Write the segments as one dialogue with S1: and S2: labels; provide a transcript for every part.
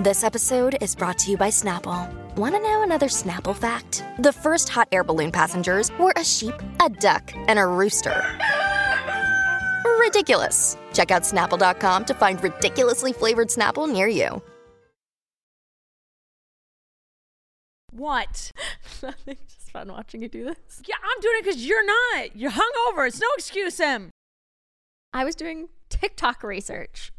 S1: This episode is brought to you by Snapple. Want to know another Snapple fact? The first hot air balloon passengers were a sheep, a duck, and a rooster. Ridiculous. Check out snapple.com to find ridiculously flavored Snapple near you.
S2: What?
S3: Nothing. Just fun watching you do this.
S2: Yeah, I'm doing it because you're not. You're hungover. It's no excuse, Em.
S3: I was doing TikTok research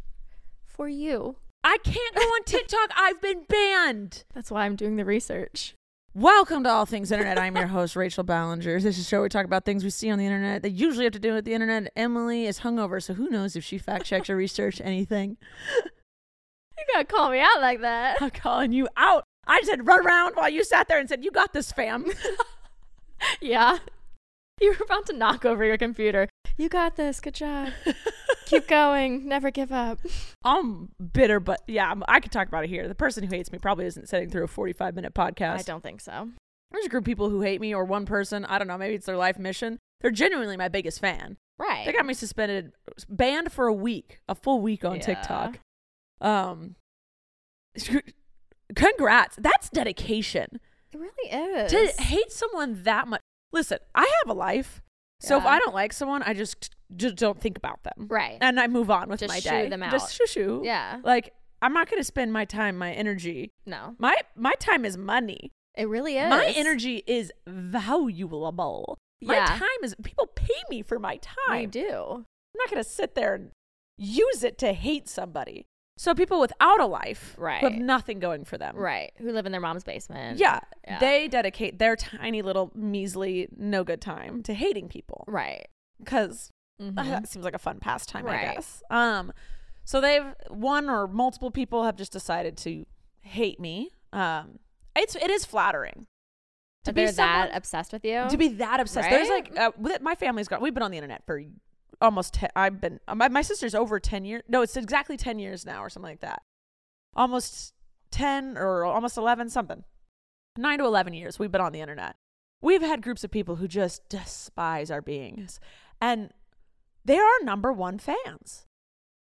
S3: for you.
S2: I can't go on TikTok. I've been banned.
S3: That's why I'm doing the research.
S2: Welcome to All Things Internet. I'm your host, Rachel Ballinger. This is a show where we talk about things we see on the internet that usually have to do with the internet. Emily is hungover, so who knows if she fact checks or researched anything.
S3: You gotta call me out like that.
S2: I'm calling you out. I said run around while you sat there and said, You got this, fam.
S3: yeah. You were about to knock over your computer. You got this. Good job. Keep going. Never give up.
S2: I'm bitter, but yeah, I'm, I could talk about it here. The person who hates me probably isn't sitting through a 45 minute podcast.
S3: I don't think so.
S2: There's a group of people who hate me or one person. I don't know. Maybe it's their life mission. They're genuinely my biggest fan.
S3: Right.
S2: They got me suspended, banned for a week, a full week on
S3: Yeah.
S2: TikTok. Um, congrats. That's dedication.
S3: it really is.
S2: To hate someone that much. Listen, I have a life. So if
S3: Yeah.
S2: I don't like someone, I just just don't think about them.
S3: Right.
S2: And I move on with
S3: Just
S2: my
S3: shoo
S2: day.
S3: them out.
S2: Just shoo shoo.
S3: Yeah.
S2: Like I'm not going to spend my time, my energy.
S3: no.
S2: My my time is money.
S3: It really is.
S2: My energy is valuable. My
S3: Yeah.
S2: time is people pay me for my
S3: I
S2: time.
S3: do.
S2: I'm not going to sit there and use it to hate somebody. So people without a life who have
S3: Right.
S2: nothing going for them.
S3: Right. Who live in their mom's basement.
S2: Yeah, They dedicate their tiny little measly no good time to hating people
S3: Right.
S2: because
S3: Mhm.
S2: that seems like a fun pastime, I
S3: Right.
S2: guess. Um, so they've one or multiple people have just decided to hate me. Um, it's it is flattering
S3: That They're
S2: someone-
S3: that obsessed with you.
S2: to be that obsessed. There's
S3: Right?
S2: like uh, with- my family's got. We've been on the internet for almost. Ten, I've been uh, my my sister's over ten years. No, it's exactly ten years now or something like that. Almost ten or almost eleven something. Nine to eleven years we've been on the internet. We've had groups of people who just despise our beings, and they are our number one fans.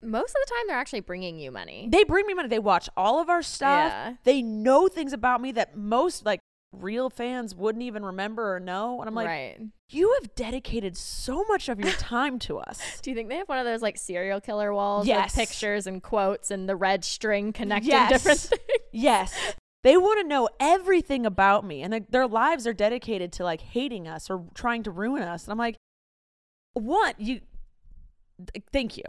S3: most of the time they're actually bringing you money.
S2: They bring me money. They watch all of our stuff.
S3: Yeah.
S2: They know things about me that most like real fans wouldn't even remember or know. And I'm like,
S3: right.
S2: you have dedicated so much of your time to us.
S3: Do you think they have one of those like serial killer walls
S2: Yes.
S3: with pictures and quotes and the red string connecting
S2: Yes.
S3: different things?
S2: yes. They want to know everything about me, and like, their lives are dedicated to like hating us or trying to ruin us. And I'm like, what? You, th- thank you,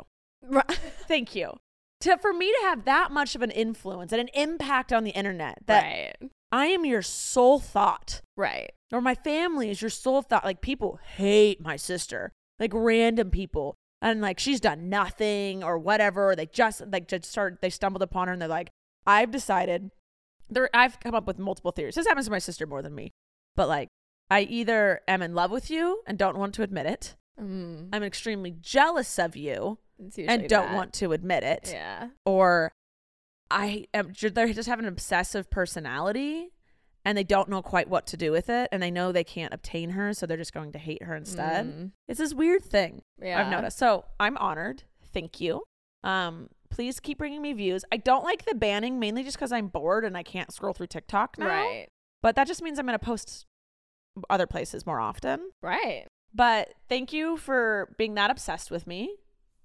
S2: thank you. To, for me to have that much of an influence and an impact on the internet, that
S3: right.
S2: I am your sole thought,
S3: Right.
S2: or my family is your sole thought. Like people hate my sister, like random people, and like she's done nothing or whatever. They just like just start they stumbled upon her and they're like, I've decided. There, I've come up with multiple theories. This happens to my sister more than me, but like I either am in love with you and don't want to admit it.
S3: Mm,
S2: I'm extremely jealous of you
S3: it's
S2: and
S3: usually
S2: don't
S3: that.
S2: want to admit it
S3: Yeah.
S2: or I am ju- they just have an obsessive personality and they don't know quite what to do with it and they know they can't obtain her so they're just going to hate her instead.
S3: Mm.
S2: It's this weird thing I've
S3: Yeah.
S2: noticed. So, I'm honored. Thank you. Um please keep bringing me views. I don't like the banning mainly just cuz I'm bored and I can't scroll through TikTok now.
S3: Right.
S2: But that just means I'm going to post other places more often.
S3: Right.
S2: But thank you for being that obsessed with me.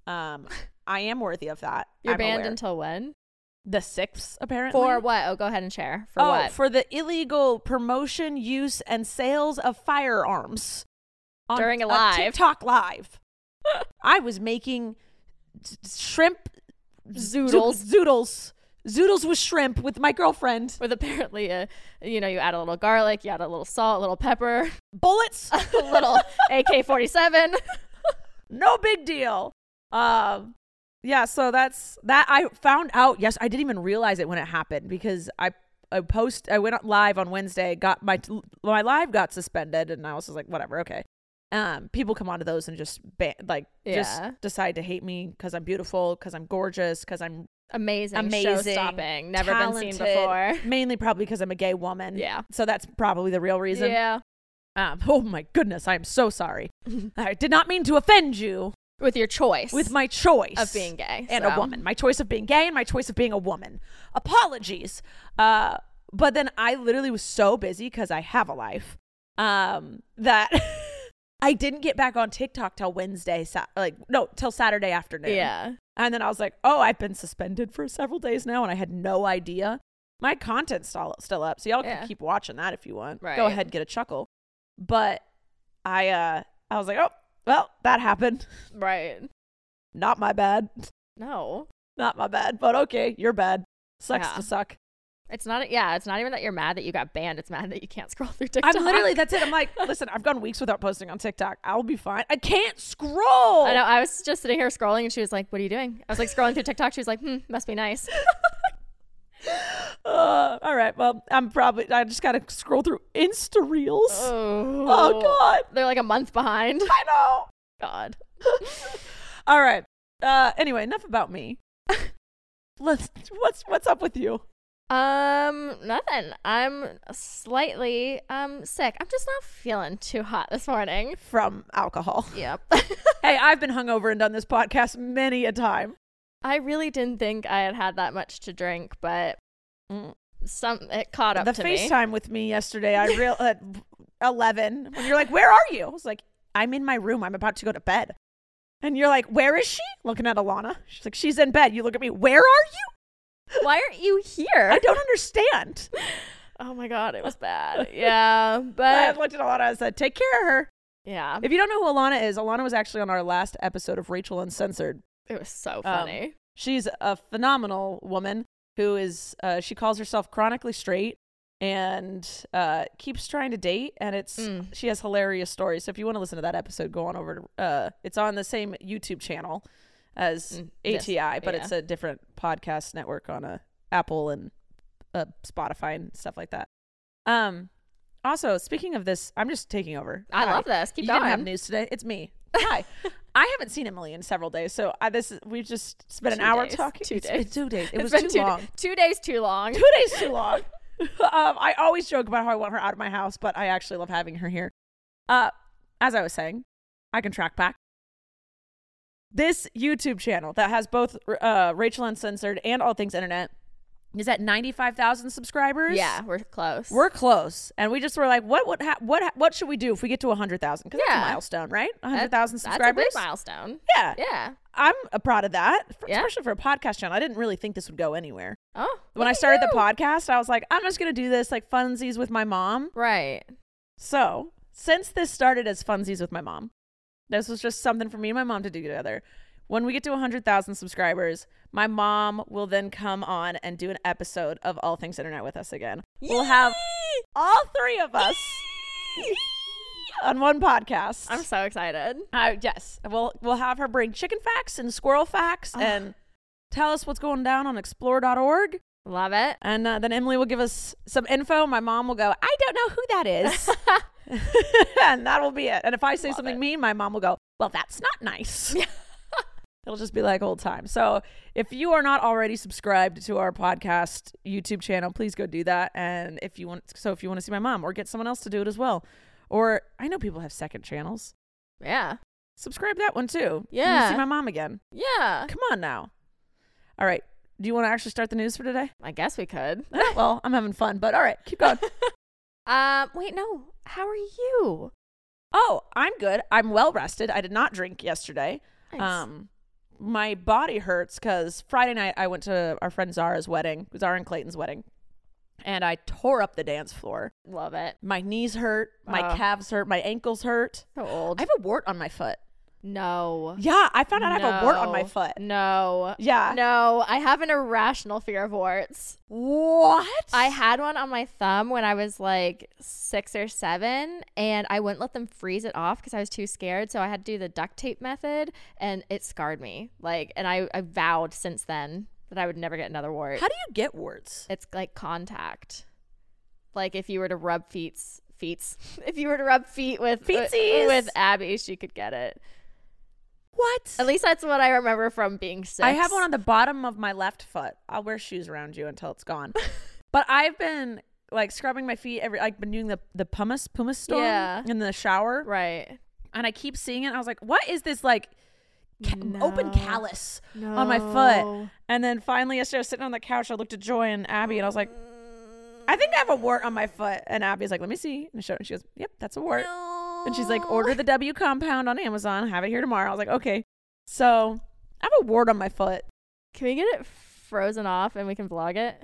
S2: Um I am worthy of that.
S3: You're
S2: I'm
S3: banned
S2: aware.
S3: until when?
S2: the sixth, apparently.
S3: For what? Oh, go ahead and share. For
S2: oh,
S3: what?
S2: for the illegal promotion, use, and sales of firearms on
S3: During a
S2: a
S3: live.
S2: TikTok live. I was making s- shrimp zo-
S3: Zoodles.
S2: zoodles, zoodles with shrimp with my girlfriend.
S3: With apparently a, you know, you add a little garlic, you add a little salt, a little pepper,
S2: Bullets,
S3: a little AK 47.
S2: no big deal. Um, yeah, so that's that. I found out. Yes, I didn't even realize it when it happened because I I post I went out live on Wednesday. Got my my live got suspended, and I was just like, whatever, okay. Um, people come onto those and just ban- like
S3: Yeah.
S2: just decide to hate me because I'm beautiful, because I'm gorgeous, because I'm
S3: Amazing.
S2: amazing,
S3: Show-stopping. Never been seen before.
S2: talented, Mainly probably because I'm a gay woman.
S3: Yeah.
S2: so that's probably the real reason.
S3: Yeah.
S2: Um, oh my goodness, I am so sorry. I did not mean to offend you
S3: With your choice.
S2: with my choice
S3: Of being gay.
S2: and
S3: so.
S2: a woman. My choice of being gay and my choice of being a woman. Apologies. Uh, but then I literally was so busy because I have a life um, that I didn't get back on TikTok till Wednesday, sa- like no, till Saturday afternoon.
S3: Yeah.
S2: And then I was like, oh, I've been suspended for several days now, and I had no idea. My content's still still up, so y'all
S3: Yeah.
S2: can keep watching that if you want.
S3: Right.
S2: Go ahead, get a chuckle. But I, uh, I was like, oh, well, that happened.
S3: Right.
S2: Not my bad.
S3: No.
S2: Not my bad. But okay, you're bad. Sucks
S3: Yeah.
S2: to suck.
S3: It's not, yeah, it's not even that you're mad that you got banned. It's mad that you can't scroll through TikTok.
S2: I'm literally that's it. I'm like, listen, I've gone weeks without posting on TikTok. I'll be fine. I can't scroll.
S3: I know. I was just sitting here scrolling, and she was like, "What are you doing?" I was like scrolling through TikTok. She was like, "Hmm, must be nice."
S2: Uh, all right. Well, I'm probably. I just gotta scroll through Insta reels.
S3: Oh,
S2: oh God.
S3: They're like a month behind.
S2: I know.
S3: God.
S2: All right. Uh, anyway, enough about me. Let's. What's What's up with you?
S3: Um, nothing. I'm slightly um sick. I'm just not feeling too hot this morning.
S2: From alcohol.
S3: Yep.
S2: Hey, I've been hungover and done this podcast many a time.
S3: I really didn't think I had had that much to drink, but
S2: Mm.
S3: some it caught up
S2: the
S3: to me.
S2: FaceTime with me yesterday, I real at eleven. When you're like, "Where are you?" I was like, "I'm in my room. I'm about to go to bed." And you're like, "Where is she?" Looking at Alana, she's like, "She's in bed." You look at me. Where are you?
S3: Why aren't you here?
S2: I don't understand.
S3: oh my god, it was bad. Yeah,
S2: I
S3: but Um,
S2: looked at Alana and said, "Take care of her."
S3: yeah,
S2: If you don't know who Alana is, Alana was actually on our last episode of Rachel Uncensored.
S3: it was
S2: Um,
S3: so funny.
S2: She's a phenomenal woman who is. Uh, she calls herself chronically straight and uh, keeps trying to date. And it's
S3: Mm.
S2: she has hilarious stories. So if you want to listen to that episode, go on over to. Uh, it's on the same YouTube channel as
S3: Mm, yes,
S2: ATI, but it's a different podcast network on a Apple and uh, Spotify and stuff like that. Um. Also, speaking of this, I'm just taking over.
S3: I
S2: Hi.
S3: love this. Keep
S2: you
S3: going.
S2: didn't have news today. It's me. Hi. I haven't seen Emily in several days, so I, this is, we've just spent
S3: Two
S2: an hour
S3: days.
S2: talking.
S3: Two
S2: It's
S3: days.
S2: been two days. It was
S3: It's been
S2: too
S3: two,
S2: long.
S3: Two days too long.
S2: two days too long. um, I always joke about how I want her out of my house, but I actually love having her here. Uh, as I was saying, I can track back. This YouTube channel that has both uh, Rachel Uncensored and All Things Internet is at 95,000 subscribers.
S3: Yeah, we're close.
S2: We're close, and we just were like, "What would ha- what ha- what should we do if we get to hundred thousand? Because that's
S3: Yeah.
S2: a milestone, right?
S3: That-
S2: hundred thousand subscribers.
S3: That's a big milestone.
S2: Yeah,
S3: Yeah.
S2: I'm uh, proud of that, for-
S3: Yeah.
S2: especially for a podcast channel. I didn't really think this would go anywhere.
S3: Oh.
S2: When
S3: look
S2: I
S3: at
S2: started the
S3: you.
S2: podcast, I was like, "I'm just gonna do this like funsies with my mom."
S3: Right.
S2: So since this started as funsies with my mom, this was just something for me and my mom to do together. When we get to 100,000 subscribers, my mom will then come on and do an episode of All Things Internet with us again. We'll have all three of us on one podcast.
S3: I'm so excited.
S2: Uh, yes, we'll we'll have her bring chicken facts and squirrel facts
S3: Ugh.
S2: and tell us what's going down on explore.org.
S3: Love it.
S2: And uh, then Emily will give us some info. My mom will go, I don't know who that is. and that will be it. And if I say
S3: Love
S2: something
S3: it.
S2: mean, my mom will go, Well, that's not nice. It'll just be like old times. So if you are not already subscribed to our podcast YouTube channel, please go do that. And if you want, so if you want to see my mom or get someone else to do it as well, or I know people have second channels,
S3: Yeah.
S2: subscribe that one too. You wanna
S3: Yeah. Uh,
S2: see my mom again.
S3: Yeah.
S2: Come on now. All right. Do you want to actually start the news for today?
S3: I guess we could.
S2: All right, well, I'm having fun, but all right, keep going.
S3: Um, wait, no. How are you?
S2: Oh, I'm good. I'm well rested. I did not drink yesterday.
S3: Nice.
S2: Um, my body hurts because Friday night I went to our friend Zara's wedding, Zara and Clayton's wedding, and I tore up the dance floor.
S3: Love it.
S2: My knees hurt, my
S3: Wow.
S2: calves hurt, my ankles hurt.
S3: So old.
S2: I have a wart on my foot.
S3: no.
S2: Yeah, I found out I have a wart on my
S3: No.
S2: foot.
S3: No.
S2: Yeah.
S3: No, I have an irrational fear of warts.
S2: What?
S3: I had one on my thumb when I was like six or seven, and I wouldn't let them freeze it off because I was too scared. So I had to do the duct tape method, and it scarred me. Like, and I, I vowed since then that I would never get another wart.
S2: How do you get warts?
S3: it's like contact. Like if you were to rub feet, feet. If you were to rub feet with uh,
S2: Feetsies.
S3: with Abby, she could get it.
S2: What?
S3: At least that's what I remember from being six.
S2: I have one on the bottom of my left foot. I'll wear shoes around you until it's gone. but I've been like scrubbing my feet every like been doing the the pumice pumice storm
S3: Yeah.
S2: in the shower
S3: right.
S2: and I keep seeing it. I was like, "What is this like ca- open
S3: No.
S2: callus on my foot?" And then finally yesterday I was sitting on the couch, I looked at Joy and Abby and I was like, "I think I have a wart on my foot." And Abby's like, "Let me see." And I showed her and she goes, "Yep, that's a wart." And she's like, "Order the W compound on Amazon. Have it here tomorrow." I was like, "Okay." So, I have a wart on my foot.
S3: Can we get it frozen off and we can vlog it?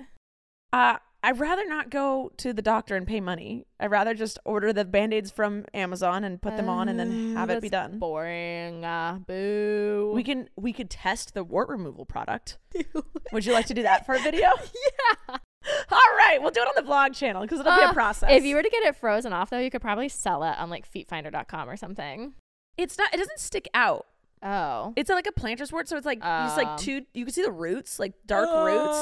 S2: Uh, I'd rather not go to the doctor and pay money. I'd rather just order the band aids from Amazon and put them on and then have it be
S3: Mm, That's
S2: done.
S3: Boring. Uh, boo.
S2: We can we could test the wart removal product. Would you like to do that for a video?
S3: yeah.
S2: All right, we'll do it on the vlog channel because it'll be
S3: Uh,
S2: a process.
S3: If you were to get it frozen off, though, you could probably sell it on like feetfinder.com or something.
S2: it's not. It doesn't stick out.
S3: Oh.
S2: It's like a planter's wart, so it's like just
S3: Um.
S2: like two. You can see the roots, like dark roots,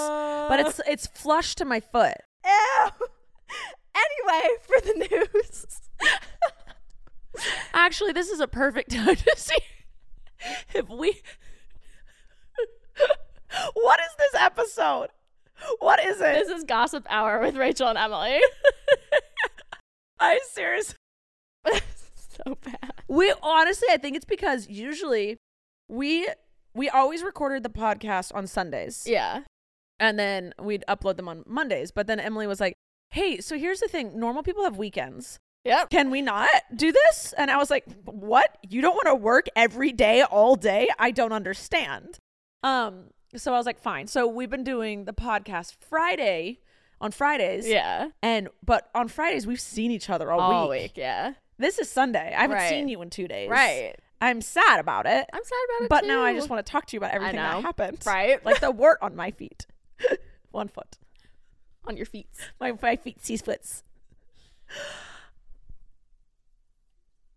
S2: but it's
S3: Ah.
S2: it's flush to my foot.
S3: Ew. anyway, for the news.
S2: Actually, this is a perfect time to see if we. what is this episode? What is it?
S3: this is Gossip Hour with Rachel and Emily.
S2: I seriously.
S3: so bad.
S2: We honestly, I think it's because usually we we always recorded the podcast on Sundays,
S3: Yeah.
S2: and then we'd upload them on Mondays. But then Emily was like, "Hey, so here's the thing: normal people have weekends."
S3: Yep.
S2: Can we not do this? And I was like, What? You don't want to work every day, all day? I don't understand. Um, so I was like, Fine. So we've been doing the podcast Friday on Fridays.
S3: Yeah.
S2: And but on Fridays we've seen each other all,
S3: All
S2: week.
S3: week. Yeah.
S2: This is Sunday. I haven't
S3: Right.
S2: seen you in two days.
S3: Right.
S2: I'm sad about it.
S3: I'm sad about it.
S2: but now I
S3: too.
S2: just want to talk to you about everything
S3: know.
S2: that happened.
S3: Right.
S2: Like the wart on my feet. One foot.
S3: on your feet.
S2: My, my feet sees foots.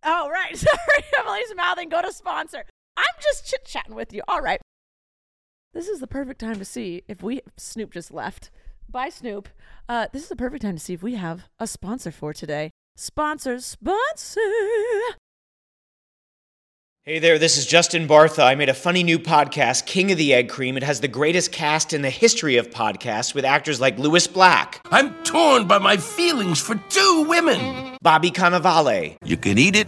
S2: Oh, right. Sorry, Emily's mouthing. Go to sponsor. I'm just chit chatting with you. All right. This is the perfect time to see if we. Snoop just left. Bye, Snoop. Uh, this is the perfect time to see if we have a sponsor for today. Sponsor, sponsor.
S4: Hey there, this is Justin Bartha. I made a funny new podcast, King of the Egg Cream. It has the greatest cast in the history of podcasts with actors like Louis Black,
S5: I'm torn by my feelings for two women.
S4: Bobby Cannavale,
S5: You can eat it,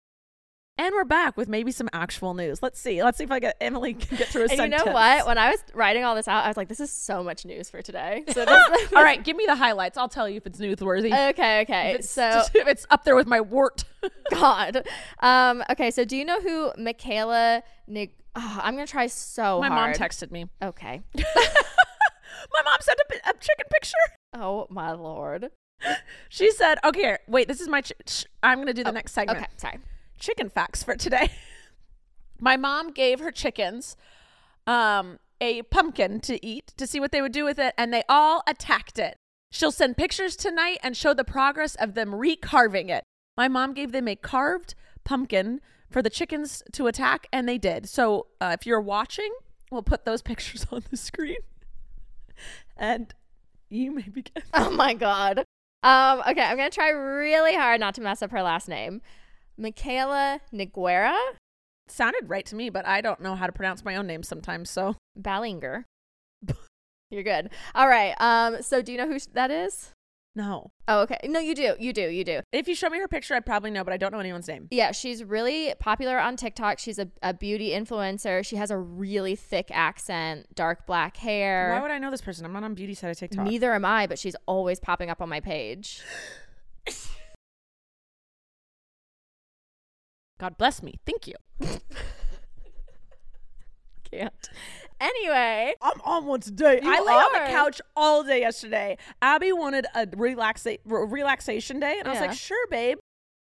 S2: And we're back with maybe some actual news. Let's see. Let's see if I get Emily can get through a
S3: And
S2: sentence.
S3: you know what? When I was writing all this out, I was like, this is so much news for today. So this, Uh,
S2: All right, give me the highlights. I'll tell you if it's newsworthy.
S3: Okay, okay.
S2: If it's,
S3: so
S2: if it's up there with my wart.
S3: God. Um, okay, so do you know who Michaela Nig- oh, I'm gonna try so
S2: my mom
S3: hard.
S2: texted me.
S3: Okay.
S2: My mom sent a, pi- a chicken picture.
S3: Oh my lord.
S2: She said, "Okay, wait. This is my. Ch- sh- I'm gonna do the next segment.
S3: Oh, Okay, sorry.
S2: Chicken facts for today. my mom gave her chickens, um, a pumpkin to eat to see what they would do with it, and they all attacked it. She'll send pictures tonight and show the progress of them recarving it. My mom gave them a carved pumpkin for the chickens to attack, and they did. So uh, if you're watching We'll put those pictures on the screen. and you may begin.
S3: Oh my god. Um, okay, I'm gonna try really hard not to mess up her last name. Michaela Niguera
S2: Sounded right to me, but I don't know how to pronounce my own name sometimes, so.
S3: Ballinger. You're good. All right. Um, so do you know who sh- that is?
S2: No.
S3: Oh, okay. No, you do. You do. You do.
S2: If you show me her picture, I probably know, but I don't know anyone's name.
S3: Yeah, she's really popular on TikTok. She's a, a beauty influencer. She has a really thick accent, dark black hair.
S2: Why would I know this person? I'm not on beauty side of TikTok.
S3: Neither am I, but she's always popping up on my page.
S2: God bless me. Thank you.
S3: Can't. Anyway,
S2: I'm on one today.
S3: You
S2: I lay on
S3: are.
S2: the couch all day yesterday. Abby wanted a relaxa- r- relaxation day, and I was
S3: Yeah.
S2: like, sure, babe.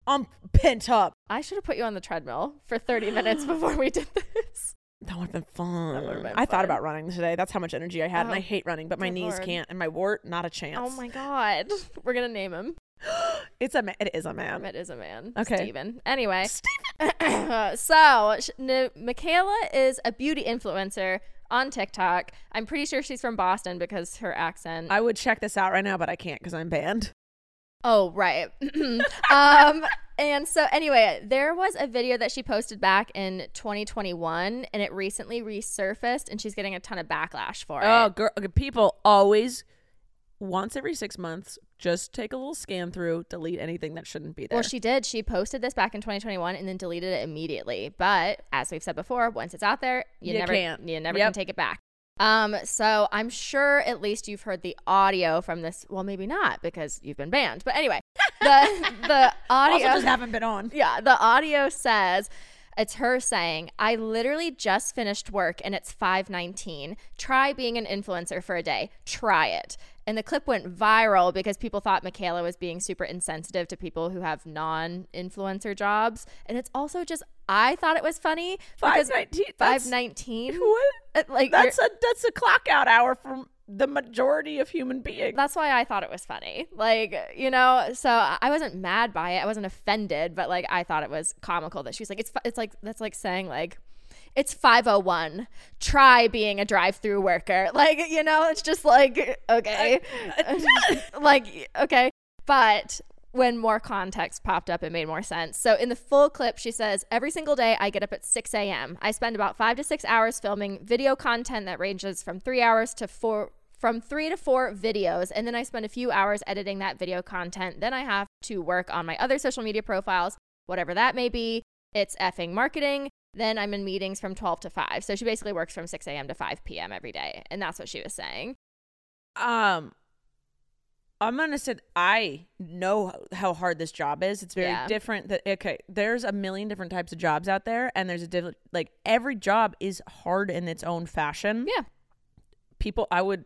S2: I'm pent up.
S3: I should have put you on the treadmill for 30 minutes before we did this.
S2: That would have been fun.
S3: would've been
S2: I
S3: fun.
S2: thought about running today. That's how much energy I had, and
S3: Oh,
S2: I hate running, but my
S3: good
S2: knees
S3: lord.
S2: can't, and my wart, not a chance.
S3: Oh my god. We're going to name him.
S2: It's a ma- it is a man.
S3: It is a man.
S2: Okay.
S3: Steven. Anyway.
S2: Steve-
S3: so, sh- n- Michaela is a beauty influencer on TikTok. I'm pretty sure she's from Boston because her accent.
S2: I would check this out right now, but I can't because I'm banned.
S3: oh, right. um, and so, anyway, there was a video that she posted back in 2021, and it recently resurfaced, and she's getting a ton of backlash for
S2: Oh,
S3: it.
S2: girl, okay, people always once every six months just take a little scan through, delete anything that shouldn't be there.
S3: Well, she did. She posted this back in 2021 and then deleted it immediately. But as we've said before, once it's out there, you,
S2: You
S3: never
S2: can't.
S3: you never can
S2: Yep.
S3: take it back. Um, so I'm sure at least you've heard the audio from this. Well, maybe not because you've been banned. But anyway, the the
S2: also
S3: audio
S2: just haven't been on.
S3: yeah, the audio says it's her saying, "I literally just finished work and it's 5:19. Try being an influencer for a day. Try it." And the clip went viral because people thought Michaela was being super insensitive to people who have non-influencer jobs. And it's also just I thought it was funny because
S2: 519, that's-
S3: 519
S2: What?
S3: it, like you're-
S2: That's a that's a clock out hour for the majority of human beings.
S3: that's why I thought it was funny. Like, you know, so I I wasn't mad by it. I wasn't offended, but like I thought it was comical that she's like it's fi- it's like that's like saying like it's 501. Try being a drive-through worker. Like, you know, it's just like okay. like okay. But when more context popped up, it made more sense. So in the full clip, she says, Every single day I get up at 6 a.m. I spend about five to six hours filming video content that ranges from three hours to four. From three to four videos, and then I spend a few hours editing that video content. Then I have to work on my other social media profiles, whatever that may be. It's effing marketing. Then I'm in meetings from 12 to 5. So she basically works from 6 a.m. to 5 p.m. every day. And that's what she was saying.
S2: Um, I'm gonna say I know how hard this job is. It's very
S3: Yeah.
S2: different. That okay, there's a million different types of jobs out there, and there's a diff- like every job is hard in its own fashion.
S3: Yeah.
S2: People, I would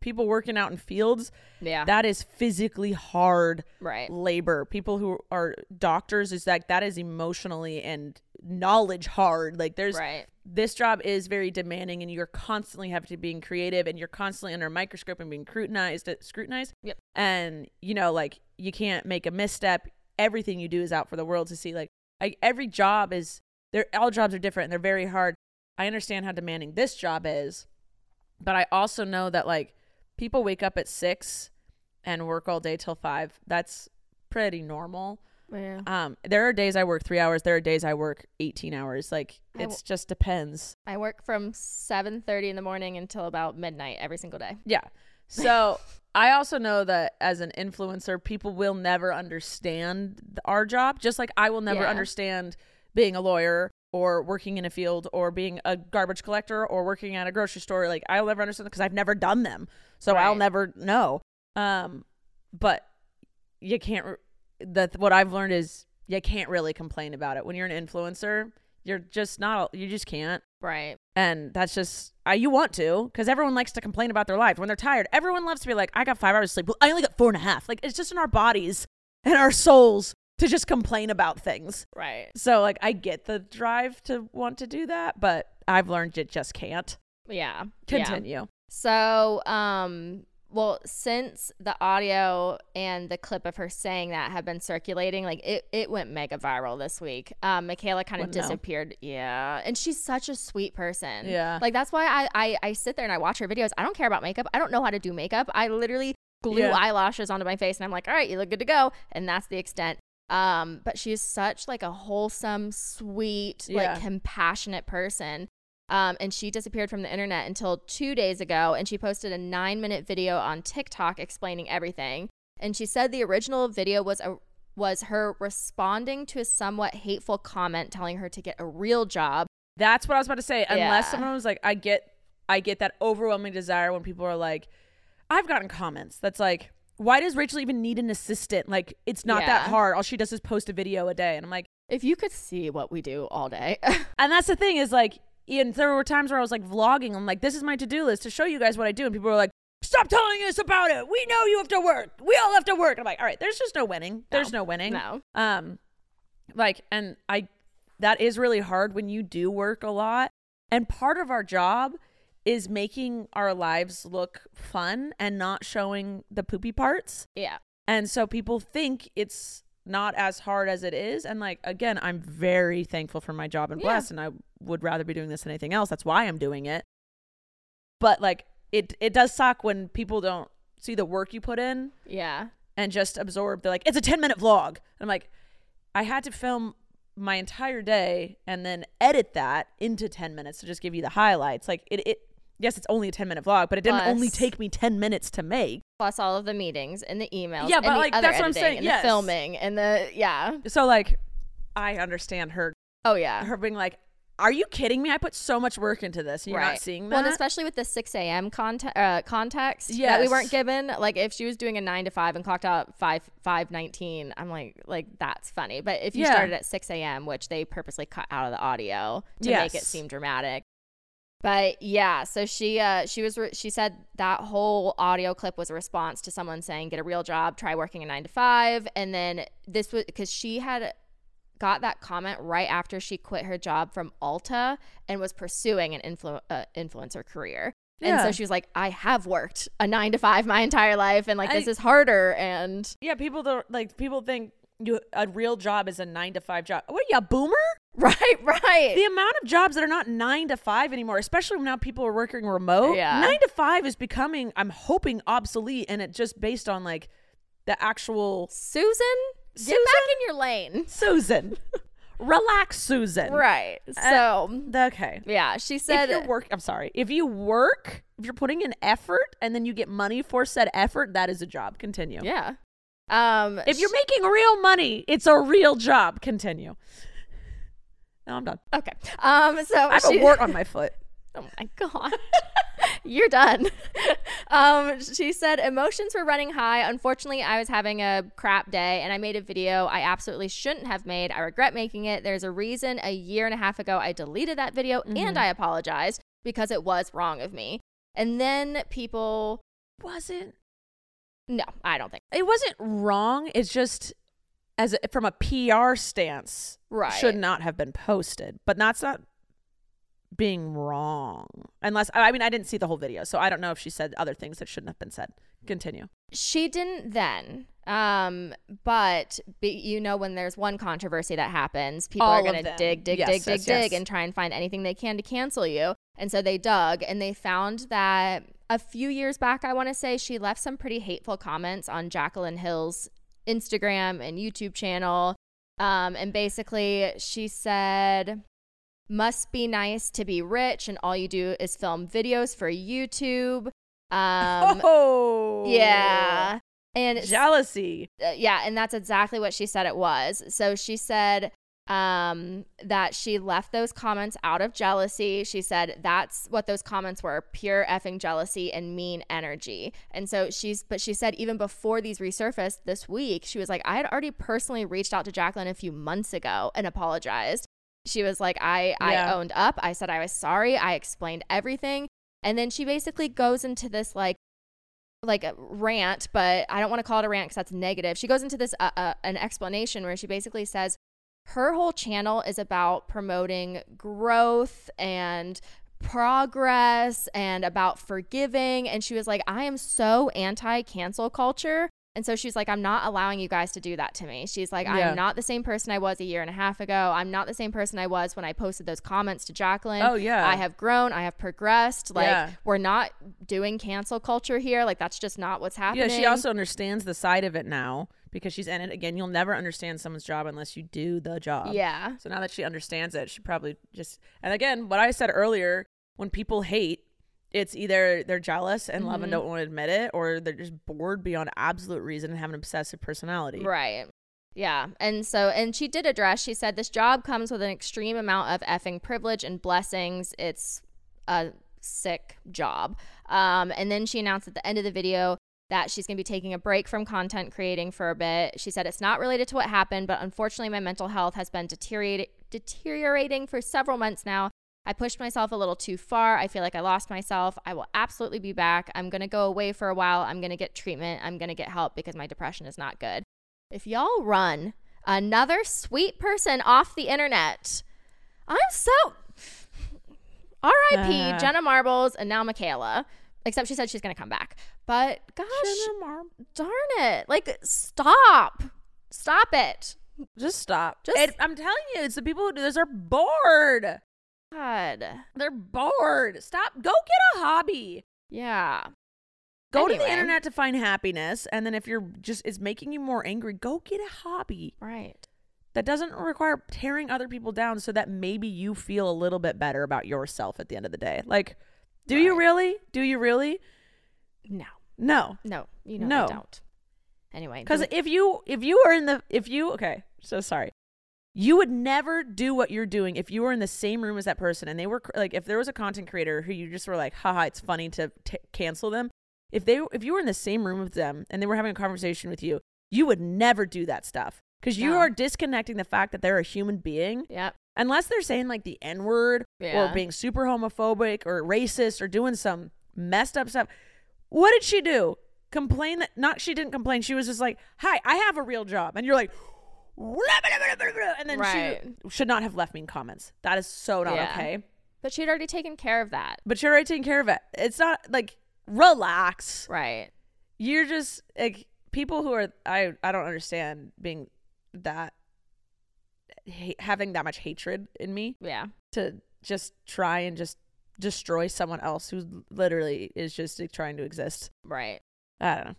S2: people working out in fields
S3: Yeah.
S2: that is physically hard
S3: right.
S2: labor. People who are doctors is like that is emotionally and knowledge hard. Like there's
S3: Right.
S2: this job is very demanding and you're constantly having to being creative and you're constantly under a microscope and being scrutinized scrutinized
S3: Yep.
S2: and you know like you can't make a misstep everything you do is out for the world to see like I, every job is they're all jobs are different and they're very hard i understand how demanding this job is but i also know that like people wake up at six and work all day till five that's pretty normal
S3: Yeah.
S2: um there are days i work three hours there are days i work 18 hours like
S3: I
S2: it's just depends
S3: I work from 7:30 in the morning until about midnight every single day.
S2: Yeah. So I also know that as an influencer, people will never understand th- our job, just like I will never
S3: Yeah.
S2: understand being a lawyer or working in a field or being a garbage collector or working at a grocery store. Like I'll never understand because I've never done them, so I'll
S3: Right.
S2: never know. Um, but you can't. Re- that what I've learned is you can't really complain about it when you're an influencer. You're just not. You just can't
S3: Right.
S2: and that's just I, you want to because everyone likes to complain about their life when they're tired everyone loves to be like i got five hours of sleep well i only got four and a half like it's just in our bodies and our souls to just complain about things
S3: Right.
S2: so like i get the drive to want to do that but i've learned it just can't
S3: Yeah. Yeah.
S2: continue
S3: So, um Well, since the audio and the clip of her saying that have been circulating, like it, it went mega viral this week. Um, Michaela kind of
S2: Wouldn't know.
S3: disappeared. Yeah. And she's such a sweet person.
S2: Yeah.
S3: Like that's why I, I, I sit there and I watch her videos. I don't care about makeup. I don't know how to do makeup. I literally glue
S2: Yeah.
S3: eyelashes onto my face and I'm like, all right, you look good to go. And that's the extent. Um, but she is such like a wholesome, sweet,
S2: Yeah.
S3: like compassionate person. Um, and she disappeared from the internet until two days ago. And she posted a nine minute video on TikTok explaining everything. And she said the original video was a was her responding to a somewhat hateful comment telling her to get a real job.
S2: That's what I was about to say. Unless
S3: Yeah.
S2: someone was like, I get I get that overwhelming desire when people are like, I've gotten comments that's like, why does Rachel even need an assistant? Like, it's not that
S3: Yeah.
S2: hard. All she does is post a video a day. And I'm like,
S3: If you could see what we do all day.
S2: and that's the thing is like, and there were times where I was like vlogging. I'm like, this is my to do list to show you guys what I do. And people were like, stop telling us about it. We know you have to work. We all have to work. I'm like, all right, there's just no winning. There's no winning.
S3: no.
S2: Um, like, and I, that is really hard when you do work a lot. And part of our job is making our lives look fun and not showing the poopy parts.
S3: yeah.
S2: And so people think it's not as hard as it is. And like, again, I'm very thankful for my job and
S3: Yeah.
S2: blessed, and I would rather be doing this than anything else. That's why I'm doing it. But like, it, it does suck when people don't see the work you put in
S3: Yeah.
S2: and just absorb. They're like, it's a 10 minute vlog. I'm like, I had to film my entire day and then edit that into 10 minutes to just give you the highlights. Like, it, it yes, it's only a 10 minute vlog, but it didn't only
S3: Plus-
S2: take me 10 minutes to make.
S3: Plus all of the meetings and the emails.
S2: Yeah,
S3: and
S2: but,
S3: the
S2: like,
S3: other
S2: that's what I'm
S3: editing
S2: saying,
S3: And
S2: yes.
S3: the filming and the yeah.
S2: So, like, I understand her
S3: Oh yeah.
S2: her being like, "Are you kidding me? I put so much work into this. and You're not seeing that."
S3: Well, and especially with the 6 a.m. Conte- uh, context that we weren't
S2: Yes.
S3: given. Like, if she was doing a 9 to 5 and clocked out 5 five nineteen, I'm like, like that's funny. But if you
S2: Yeah.
S3: started at 6 a.m., which they purposely cut out of the audio to make
S2: Yes.
S3: it seem dramatic. But yeah, so she uh, she was re- she said that whole audio clip was a response to someone saying get a real job, try working a nine to five, and then this was because she had got that comment right after she quit her job from Alta and was pursuing an influ- uh, influencer career. And
S2: Yeah.
S3: so she was like, I have worked a nine to five my entire life, and like this
S2: I-
S3: is harder. And
S2: yeah, people don't like people think you a real job is a nine to five job. What are you, a boomer?
S3: right, right.
S2: The amount of jobs that are not nine to five anymore, especially now people are working remote.
S3: Yeah.
S2: Nine to five is becoming, I'm hoping, obsolete, and it just based on like the actual
S3: Susan, get
S2: Susan?
S3: back in your lane.
S2: Susan. Relax, Susan.
S3: Right.
S2: Uh,
S3: So,
S2: the- okay.
S3: yeah, she
S2: if
S3: said,
S2: you work, I'm sorry. If you work, if you're putting in effort and then you get money for said effort, that is a job. Continue.
S3: yeah. Um,
S2: If you're
S3: sh-
S2: making real money, it's a real job. Continue. No, I'm done.
S3: okay. Um, so
S2: I have
S3: she-
S2: a wart on my foot.
S3: Oh my god. You're done. um, she said emotions were running high. Unfortunately, I was having a crap day and I made a video I absolutely shouldn't have made. I regret making it. There's a reason a year and a half ago I deleted that video and I apologized because it was wrong of me. And then people
S2: wasn't
S3: no, I don't think.
S2: It wasn't wrong. It's just as a, from a PR stance,
S3: Right.
S2: should not have been posted. But that's not being wrong. Unless I mean I didn't see the whole video, so I don't know if she said other things that shouldn't have been said. Continue.
S3: She didn't then. Um, but be, you know, when there's one controversy that happens, people
S2: All
S3: are
S2: of
S3: going to
S2: them.
S3: dig, dig,
S2: Yes,
S3: dig, dig,
S2: yes,
S3: dig,
S2: yes.
S3: and try and find anything they can to cancel you. And so they dug and they found that a few years back, I want to say, she left some pretty hateful comments on Jacqueline Hill's Instagram and YouTube channel. Um, and basically, she said, must be nice to be rich, and all you do is film videos for YouTube. Um,
S2: oh
S3: yeah. And it's-
S2: Jealousy.
S3: uh, yeah, and that's exactly what she said it was. So she said um, that she left those comments out of jealousy. She said that's what those comments were pure effing jealousy and mean energy. And so she's, but she said even before these resurfaced this week, she was like, I had already personally reached out to Jacqueline a few months ago and apologized. She was like, I, I
S2: Yeah.
S3: owned up. I said I was sorry. I explained everything. And then she basically goes into this like, like a rant, but I don't want to call it a rant because that's negative. She goes into this uh, uh, an explanation where she basically says her whole channel is about promoting growth and progress and about forgiving. And she was like, I am so anti cancel culture. And so she's like, I'm not allowing you guys to do that to me. She's like,
S2: Yeah.
S3: I'm not the same person I was a year and a half ago. I'm not the same person I was when I posted those comments to Jacqueline.
S2: Oh, yeah.
S3: I have grown. I have progressed. Like,
S2: Yeah.
S3: we're not doing cancel culture here. Like, that's just not what's happening.
S2: Yeah, she also understands the side of it now because she's in it again. You'll never understand someone's job unless you do the job.
S3: Yeah.
S2: So now that she understands it, she probably just and again, what I said earlier, when people hate, it's either they're jealous and love and
S3: Mhm.
S2: don't want to admit it, or they're just bored beyond absolute reason and have an obsessive personality.
S3: Right. Yeah. And so, and she did address, she said, this job comes with an extreme amount of effing privilege and blessings. It's a sick job. Um, and then she announced at the end of the video that she's going to be taking a break from content creating for a bit. She said, it's not related to what happened, but unfortunately, my mental health has been deteriorating, deteriorating for several months now. I pushed myself a little too far. I feel like I lost myself. I will absolutely be back. I'm going to go away for a while. I'm going to get treatment. I'm going to get help because my depression is not good. If y'all run another sweet person off the internet, I'm so. R.I.P.
S2: Uh.
S3: Jenna Marbles and now Michaela. Except she said she's going to come back. But gosh,
S2: Jenna Mar-
S3: darn it. Like, stop. Stop it.
S2: Just stop.
S3: Just-
S2: It- I'm telling you, it's the people who do this are bored.
S3: God.
S2: They're bored. Stop. Go get a hobby.
S3: Yeah.
S2: Go to the
S3: Anyway.
S2: internet to find happiness, and then if you're just it's making you more angry, go get a hobby.
S3: Right.
S2: that doesn't require tearing other people down so that maybe you feel a little bit better about yourself at the end of the day. Like, do you
S3: Right.
S2: really? Do you really?
S3: No.
S2: No.
S3: No, you know
S2: No.
S3: they don't. Anyway,
S2: Cuz
S3: do-
S2: if you if you were in the if you okay, so sorry. You would never do what you're doing if you were in the same room as that person and they were cr- like if there was a content creator who you just were like, "Haha, it's funny to t- cancel them." If they if you were in the same room with them and they were having a conversation with you, you would never do that stuff cuz you
S3: No.
S2: are disconnecting the fact that they're a human being
S3: yep,
S2: unless they're saying like the N word
S3: Yeah.
S2: or being super homophobic or racist or doing some messed up stuff. What did she do? Complain that not she didn't complain. She was just like, "Hi, I have a real job," and you're like, "Blah, blah, blah, blah, blah," and then
S3: Right.
S2: she should not have left me in comments. That is so not
S3: Yeah.
S2: okay.
S3: but she'd already taken care of that,
S2: But you're already taking care of it. It's not like relax.
S3: right?
S2: You're just like people who are I I don't understand being that ha- having that much hatred in me
S3: Yeah,
S2: to just try and just destroy someone else who literally is just like, trying to exist.
S3: right.
S2: I don't know.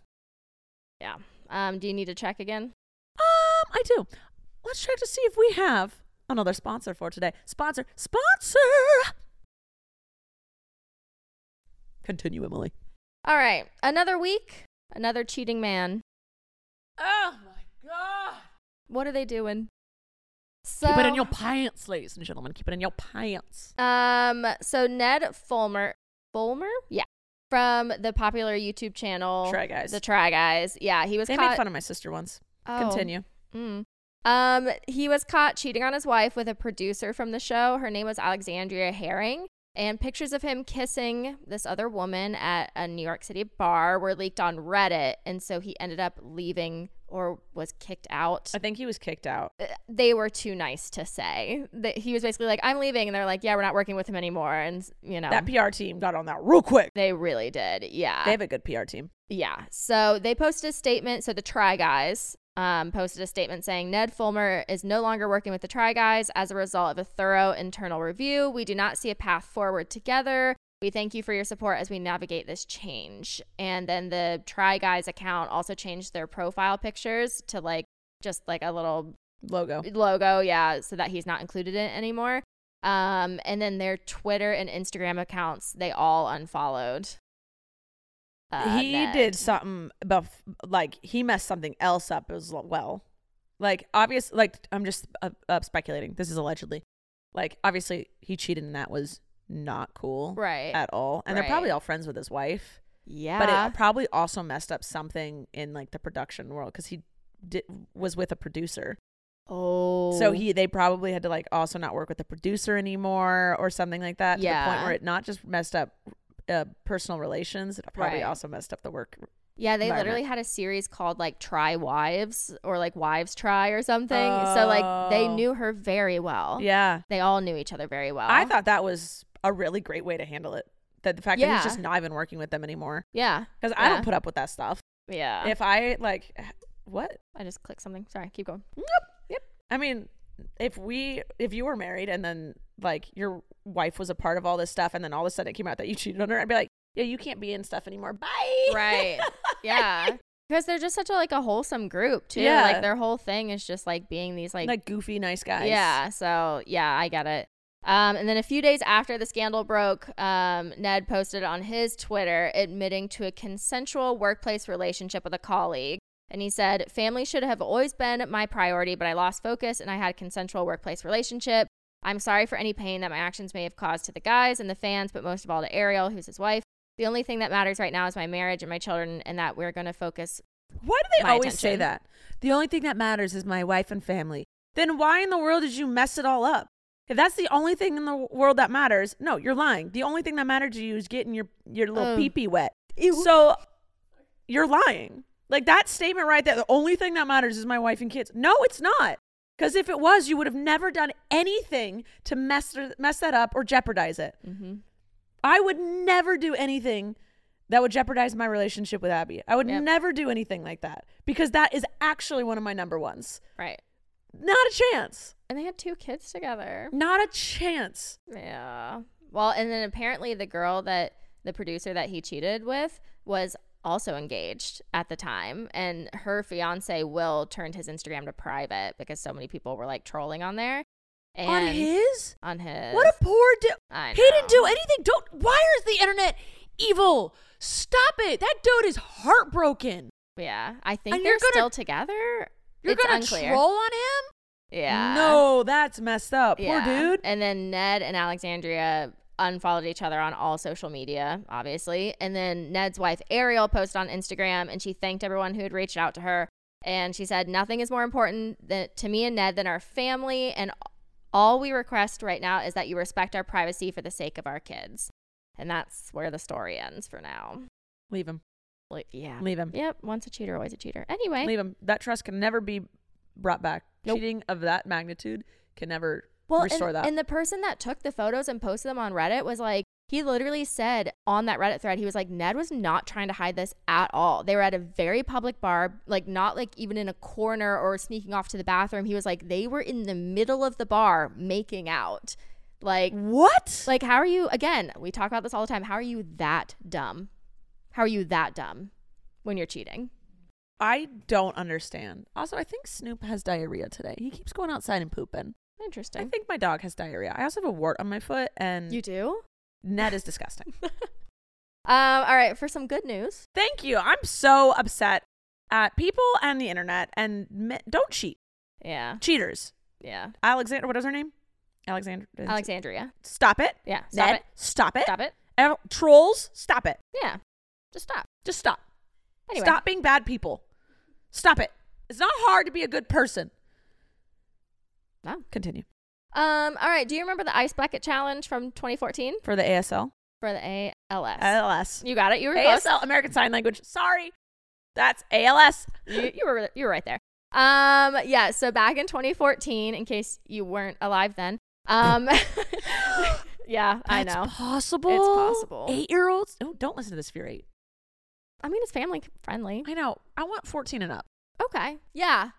S3: Yeah. Um, do you need to check again?
S2: Um, I do. Let's check to see if we have another sponsor for today. Sponsor, sponsor. Continue, Emily.
S3: All right, another week, another cheating man.
S2: Oh my god!
S3: What are they doing? So
S2: Keep it in your pants, ladies and gentlemen. Keep it in your pants.
S3: um, so Ned Fulmer, Fulmer, yeah, from the popular YouTube channel
S2: Try Guys.
S3: the Try Guys. Yeah, he was
S2: They
S3: caught.
S2: made fun of my sister once.
S3: Oh.
S2: Continue.
S3: Mm. Um, he was caught cheating on his wife with a producer from the show. Her name was Alexandria Herring. And pictures of him kissing this other woman at a New York City bar were leaked on Reddit. And so he ended up leaving or was kicked out.
S2: I
S3: Uh,
S2: think he was kicked out.
S3: They were too nice to say. That he was basically like, I'm leaving. And they're like, yeah, we're not working with him anymore. And, you know,
S2: That PR team got on that real quick.
S3: they really did. Yeah.
S2: They have a good PR team.
S3: Yeah. So they posted a statement. So the Try Guys um, posted a statement saying Ned Fulmer is no longer working with the Try Guys as a result of a thorough internal review. We do not see a path forward together. We thank you for your support as we navigate this change. And then the Try Guys account also changed their profile pictures to like just like a little
S2: Logo.
S3: logo, yeah, so that he's not included in it anymore. Um, and then their Twitter and Instagram accounts, they all unfollowed. uh,
S2: he
S3: Ned.
S2: did something bef- like he messed something else up as l- well like obvious like i'm just uh, uh, speculating this is allegedly like obviously he cheated and that was not cool
S3: Right.
S2: at all and they're probably
S3: Right.
S2: all friends with his wife
S3: Yeah.
S2: but it probably also messed up something in like the production world because he did, was with a producer
S3: oh.
S2: so he they probably had to like also not work with the producer anymore or something like that to the point
S3: Yeah.
S2: where it not just messed up uh, personal relations it probably
S3: Right.
S2: also messed up the work
S3: Yeah, they
S2: environment.
S3: literally had a series called like Try Wives or like Wives Try or something. So like they
S2: Oh.
S3: knew her very well.
S2: yeah
S3: They all knew each other very well.
S2: I thought that was a really great way to handle it. That the fact that he's just not even working with them anymore.
S3: Yeah.
S2: Because I
S3: Yeah.
S2: don't put up with that stuff.
S3: Yeah.
S2: If I like, what?
S3: I just clicked something. Sorry, keep going.
S2: Yep. Yep. I mean, if we, if you were married and then like your wife was a part of all this stuff and then all of a sudden it came out that you cheated on her, I'd be like, yeah, you can't be in stuff anymore. Bye.
S3: Right. Yeah. Because they're just such a like a wholesome group too.
S2: Yeah.
S3: Like their whole thing is just like being these like,
S2: Like, goofy, nice guys.
S3: Yeah. So yeah, I get it. Um, and then a few days after the scandal broke, um, Ned posted on his Twitter admitting to a consensual workplace relationship with a colleague. And he said, Family should have always been my priority, but I lost focus and I had a consensual workplace relationship. I'm sorry for any pain that my actions may have caused to the guys and the fans, but most of all to Ariel, who's his wife. The only thing that matters right now is my marriage and my children, and that we're going to focus.
S2: Why do they
S3: my
S2: always say
S3: attention.
S2: that? The only thing that matters is my wife and family. Then why in the world did you mess it all up? If that's the only thing in the w- world that matters, no, you're lying. The only thing that mattered to you is getting your your little
S3: Ugh.
S2: pee pee wet. So you're lying. Like that statement right there. The only thing that matters is my wife and kids. No, it's not. Because if it was, you would have never done anything to mess mess that up or jeopardize it.
S3: Mhm.
S2: I would never do anything that would jeopardize my relationship with Abby. I would
S3: Yep.
S2: never do anything like that because that is actually one of my number ones.
S3: Right.
S2: Not a chance.
S3: And they had two kids together.
S2: Not a chance.
S3: Yeah. Well, and then apparently the girl that the producer that he cheated with was also engaged at the time and her fiance Will turned his Instagram to private because so many people were like trolling on there. And
S2: on his?
S3: on his
S2: What a poor
S3: I
S2: dude. He didn't do
S3: know.
S2: anything. Don't. Why is the internet evil? Stop it. That dude is heartbroken.
S3: Yeah. I think
S2: And
S3: they're
S2: you're gonna-
S3: still together.
S2: You're
S3: it's
S2: gonna
S3: unclear.
S2: troll on him?
S3: Yeah.
S2: No, that's messed up. Poor
S3: Yeah.
S2: dude.
S3: And then Ned and Alexandria unfollowed each other on all social media, obviously. And then Ned's wife Ariel posted on Instagram and she thanked everyone who had reached out to her. And she said, Nothing is more important than, to me and Ned than our family. And all we request right now is that you respect our privacy for the sake of our kids. And that's where the story ends for now.
S2: Leave him.
S3: Like, yeah.
S2: Leave him.
S3: Yep. Once a cheater, always a cheater. Anyway.
S2: Leave him. That trust can never be brought back.
S3: Nope.
S2: Cheating of that magnitude can never
S3: well,
S2: restore
S3: and,
S2: that.
S3: And the person that took the photos and posted them on Reddit was like, he literally said on that Reddit thread, he was like, Ned was not trying to hide this at all. They were at a very public bar, like not like even in a corner or sneaking off to the bathroom. He was like, they were in the middle of the bar making out. Like,
S2: what?
S3: like how are you? Again, we talk about this all the time. How are you that dumb? How are you that dumb when you're cheating?
S2: I don't understand. Also, I think Snoop has diarrhea today. He keeps going outside and pooping. I
S3: Interesting.
S2: think my dog has diarrhea. I also have a wart on my foot, and
S3: You do?
S2: Ned is disgusting.
S3: Um, all right, for some good news.
S2: Thank you. I'm so upset at people and the internet. And me- don't cheat,
S3: Yeah.
S2: cheaters.
S3: Yeah.
S2: Alexander, what is her name? Alexander. uh,
S3: Alexandria.
S2: Stop it.
S3: Yeah. Stop
S2: Ned,
S3: it.
S2: stop it.
S3: Stop it.
S2: Ev- Trolls, stop it.
S3: Yeah. Just stop.
S2: Just stop.
S3: Anyway.
S2: Stop being bad people. Stop it. It's not hard to be a good person.
S3: No.
S2: Continue
S3: Um, all right. Do you remember the ice bucket challenge from 2014
S2: for the ASL.
S3: for the ALS?
S2: ALS.
S3: you got it. You were close.
S2: ASL, American Sign Language. Sorry. That's ALS.
S3: you, you were you were right there. Um, yeah. So back in 2014, in case you weren't alive then. Um, yeah, I know.
S2: possible.
S3: possible.
S2: Eight year olds. Oh, don't listen to this if you're eight.
S3: I mean, it's family friendly.
S2: I know. I want 14 and up,
S3: Okay. Yeah.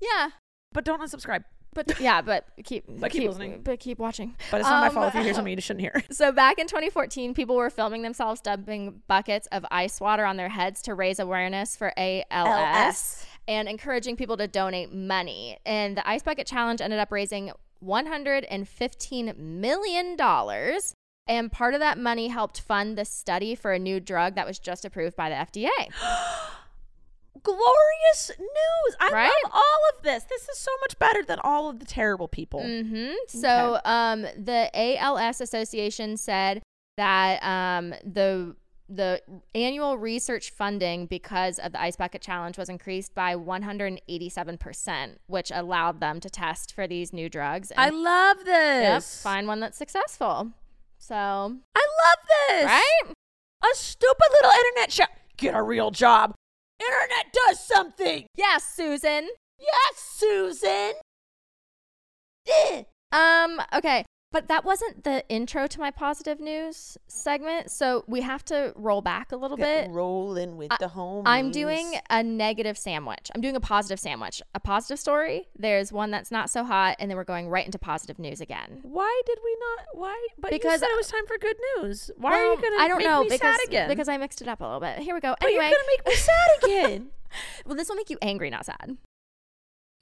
S3: Yeah.
S2: but don't unsubscribe.
S3: But yeah. But keep.
S2: But keep listening.
S3: But keep watching.
S2: But it's not my
S3: Um,
S2: fault if you hear something you shouldn't hear.
S3: So back in 2014, people were filming themselves dumping buckets of ice water on their heads to raise awareness for ALS
S2: LS.
S3: and encouraging people to donate money. And the ice bucket challenge ended up raising 115 million dollars. And part of that money helped fund the study for a new drug that was just approved by the FDA.
S2: Glorious news. I
S3: Right?
S2: love all of this. This is so much better than all of the terrible people.
S3: hmm So um, the ALS Association said that um, the the annual research funding because of the ice bucket challenge was increased by 187%, which allowed them to test for these new drugs and
S2: I love
S3: yep,
S2: this.
S3: find one that's successful. So,
S2: I love this.
S3: right?
S2: A stupid little internet shop. Get a real job. Internet does something.
S3: Yes, Susan.
S2: Yes, Susan. Eh.
S3: Um, okay. But that wasn't the intro to my positive news segment, so we have to roll back a little
S2: Get
S3: bit.
S2: rolling with the homies.
S3: I'm doing a negative sandwich. I'm doing a positive sandwich. A positive story, there's one that's not so hot, and then we're going right into positive news again.
S2: Why did we not? Why? But
S3: Because
S2: you said it was time for good news. Why are you
S3: Well,
S2: gonna?
S3: I don't
S2: make
S3: know
S2: me
S3: because
S2: sad again.
S3: because I mixed it up a little bit. Here we go.
S2: But
S3: anyway,
S2: you're gonna make me sad again.
S3: well, this will make you angry, not sad.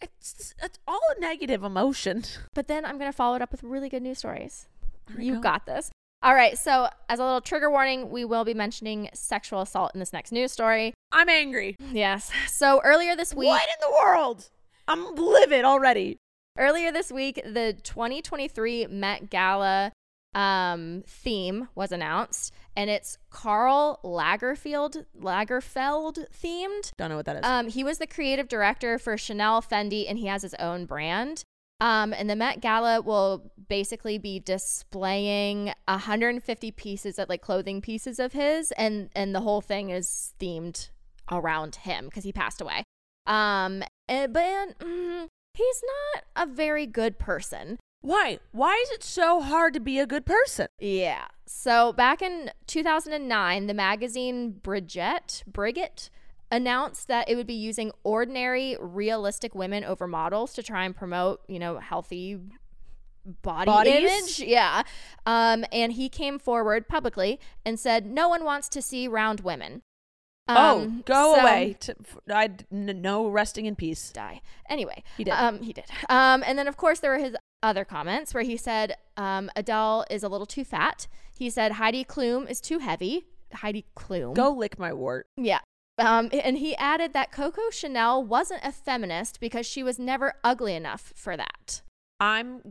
S2: it's it's all a negative emotion.
S3: But then I'm going to follow it up with really good news stories.
S2: we
S3: You
S2: go.
S3: got this. All right. So, as a little trigger warning, we will be mentioning sexual assault in this next news story.
S2: I'm angry.
S3: Yes. So, earlier this week,
S2: What in the world? I'm livid already.
S3: earlier this week, the 2023 Met Gala um, theme was announced, and it's Carl Lagerfeld Lagerfeld themed.
S2: Don't know what that is.
S3: Um, he was the creative director for Chanel, Fendi, and he has his own brand. Um, and the Met Gala will basically be displaying 150 pieces of like clothing pieces of his, and and the whole thing is themed around him because he passed away. Um, and, but mm, he's not a very good person.
S2: Why? Why is it so hard to be a good person?
S3: Yeah. So back in 2009, the magazine Bridget, Brigitte announced that it would be using ordinary, realistic women over models to try and promote, you know, healthy body
S2: Bodies?
S3: image. Yeah. Um, and he came forward publicly and said, no one wants to see round women.
S2: oh,
S3: Um,
S2: go
S3: so-
S2: away. T- f- I d- n- no resting in peace.
S3: die. Anyway,
S2: He did.
S3: Um, he did. Um, and then of course there were his other comments where he said um, Adele is a little too fat. He said Heidi Klum is too heavy. Heidi Klum.
S2: Go lick my wart.
S3: Yeah. Um, and he added that Coco Chanel wasn't a feminist because she was never ugly enough for that.
S2: I'm.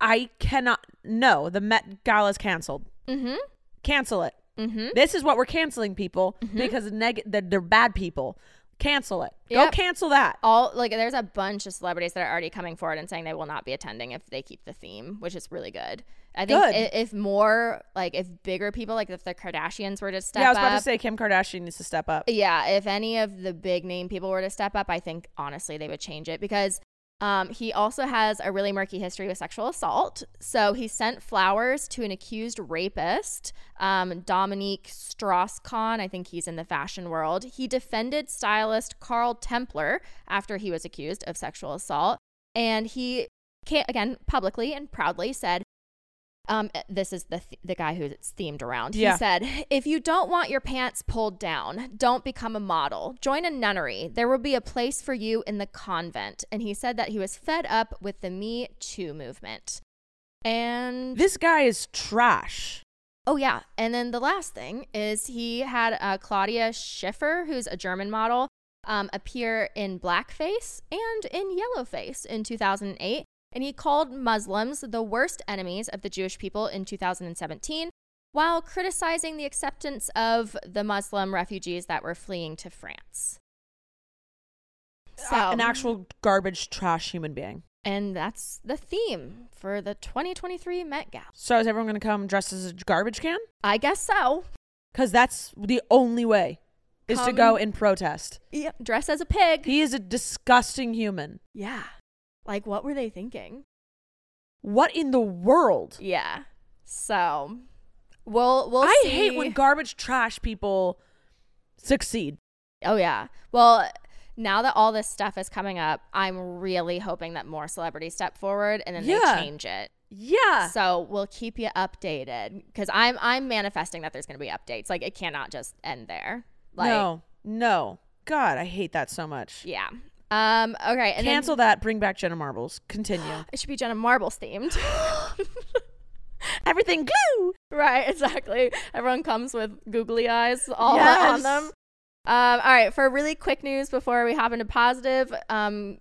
S2: I cannot. No, the Met Gala's canceled.
S3: Mm-hmm.
S2: Cancel it.
S3: Mm-hmm.
S2: This is what we're canceling, people, because neg- they're, they're bad people. Cancel it.
S3: Yep.
S2: Go cancel that.
S3: All like there's a bunch of celebrities that are already coming forward and saying they will not be attending if they keep the theme, which is really good. I think
S2: Good.
S3: i- if more like if bigger people like if the Kardashians were to step
S2: Yeah, I was about
S3: up,
S2: to say Kim Kardashian needs to step up.
S3: Yeah, if any of the big name people were to step up, I think honestly they would change it because um, he also has a really murky history with sexual assault. So he sent flowers to an accused rapist, um, Dominique Strauss-Kahn. I think he's in the fashion world. He defended stylist Carl Templer after he was accused of sexual assault, and he ca- again publicly and proudly said. Um, this is the th- the guy who it's themed around.
S2: Yeah.
S3: He said, "If you don't want your pants pulled down, don't become a model. Join a nunnery. There will be a place for you in the convent." And he said that he was fed up with the Me Too movement. And
S2: This guy is trash.
S3: Oh yeah, and then the last thing is he had uh, Claudia Schiffer, who's a German model, um, appear in blackface and in yellowface in 2008, and he called Muslims the worst enemies of the Jewish people in 2017, while criticizing the acceptance of the Muslim refugees that were fleeing to France. So,
S2: Uh, an actual garbage trash human being.
S3: and that's the theme for the 2023 Met Gala.
S2: So is everyone going to come dressed as a garbage can?
S3: I guess so.
S2: Because that's the only way is to go
S3: Come-
S2: in protest.
S3: Yep. Dress as a pig.
S2: He is a disgusting human.
S3: Yeah. Like, what were they thinking?
S2: What in the world?
S3: Yeah. So, we'll we'll.
S2: I
S3: see.
S2: hate when garbage trash people succeed.
S3: oh yeah. Well, now that all this stuff is coming up, I'm really hoping that more celebrities step forward and then
S2: Yeah.
S3: they change it.
S2: Yeah.
S3: So we'll keep you updated because I'm I'm manifesting that there's going to be updates. Like it cannot just end there. Like
S2: no. No. God, I hate that so much.
S3: yeah. Um. Okay. And
S2: Cancel
S3: Then,
S2: that. Bring back Jenna Marbles. Continue.
S3: it should be Jenna Marbles themed.
S2: Everything glue.
S3: Right, exactly. Everyone comes with googly eyes all
S2: Yes.
S3: on them. Um, all right, for really quick news before we hop into positive, um,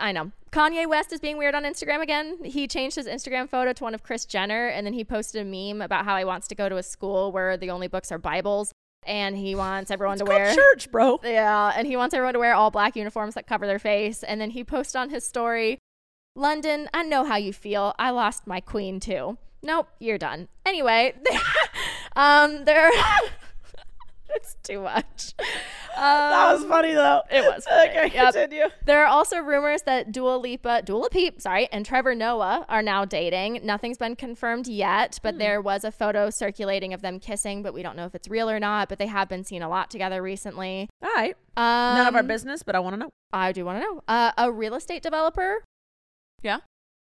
S3: I know Kanye West is being weird on Instagram again. He changed his Instagram photo to one of Chris Jenner, and then he posted a meme about how he wants to go to a school where the only books are Bibles, and he wants everyone
S2: It's
S3: to
S2: called
S3: wear
S2: church, bro.
S3: yeah, and he wants everyone to wear all black uniforms that cover their face. And then he posted on his story, London, I know how you feel. I lost my queen too. Nope, you're done. Anyway, um, there. it's too much.
S2: that was
S3: Um,
S2: funny though.
S3: It was. Funny.
S2: Okay,
S3: Yep.
S2: continue.
S3: There are also rumors that Dua Lipa, Dua Peep, sorry, and Trevor Noah are now dating. Nothing's been confirmed yet,
S2: Hmm.
S3: but there was a photo circulating of them kissing, but we don't know if it's real or not. But they have been seen a lot together recently.
S2: All right.
S3: Um,
S2: None of our business, but I want to know.
S3: I do want to know. Uh, a real estate developer,
S2: Yeah.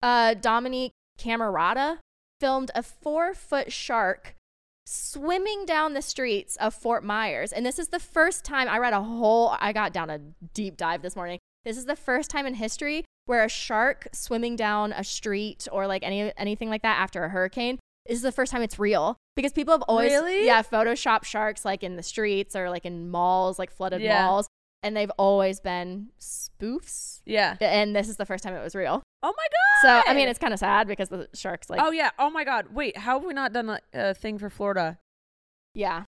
S3: uh, Dominique Camerata, filmed a four foot shark swimming down the streets of Fort Myers. And this is the first time I read a whole, I got down a deep dive this morning. This is the first time in history where a shark swimming down a street or like any anything like that after a hurricane is the first time it's real because people have always
S2: Really?
S3: yeah photoshop sharks like in the streets or like in malls like flooded
S2: Yeah.
S3: malls and they've always been spoofs
S2: Yeah.
S3: and this is the first time it was real.
S2: Oh my
S3: So
S2: god.
S3: I mean, it's kind of sad because the sharks like
S2: oh yeah. Oh my god. Wait, how have we not done a, a thing for Florida?
S3: yeah,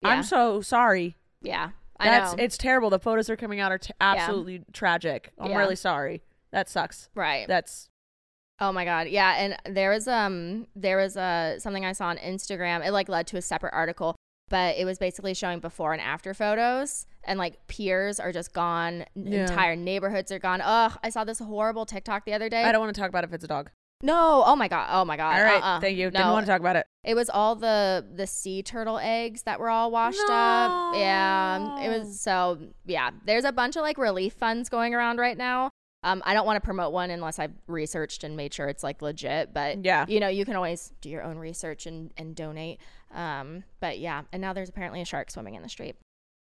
S3: yeah,
S2: I'm so sorry.
S3: yeah. I
S2: That's
S3: know
S2: it's terrible. The photos are coming out are t- absolutely tragic. I'm
S3: Yeah.
S2: really sorry. That sucks.
S3: right.
S2: That's
S3: oh my god, yeah. And there was um there was uh something I saw on Instagram. It like led to a separate article, but it was basically showing before and after photos. And like piers are just gone, N-
S2: Yeah.
S3: entire neighborhoods are gone. Ugh, I saw this horrible TikTok the other day.
S2: I don't want to talk about if it's a dog.
S3: no, oh my god, oh my god.
S2: All right.
S3: uh-uh.
S2: Thank you. Didn't
S3: No,
S2: want to talk about it.
S3: It was all the the sea turtle eggs that were all washed up. Yeah, it was so yeah. There's a bunch of like relief funds going around right now. Um, I don't want to promote one unless I've researched and made sure it's like legit. But
S2: Yeah.
S3: you know, you can always do your own research and and donate. Um, but yeah, and now there's apparently a shark swimming in the street.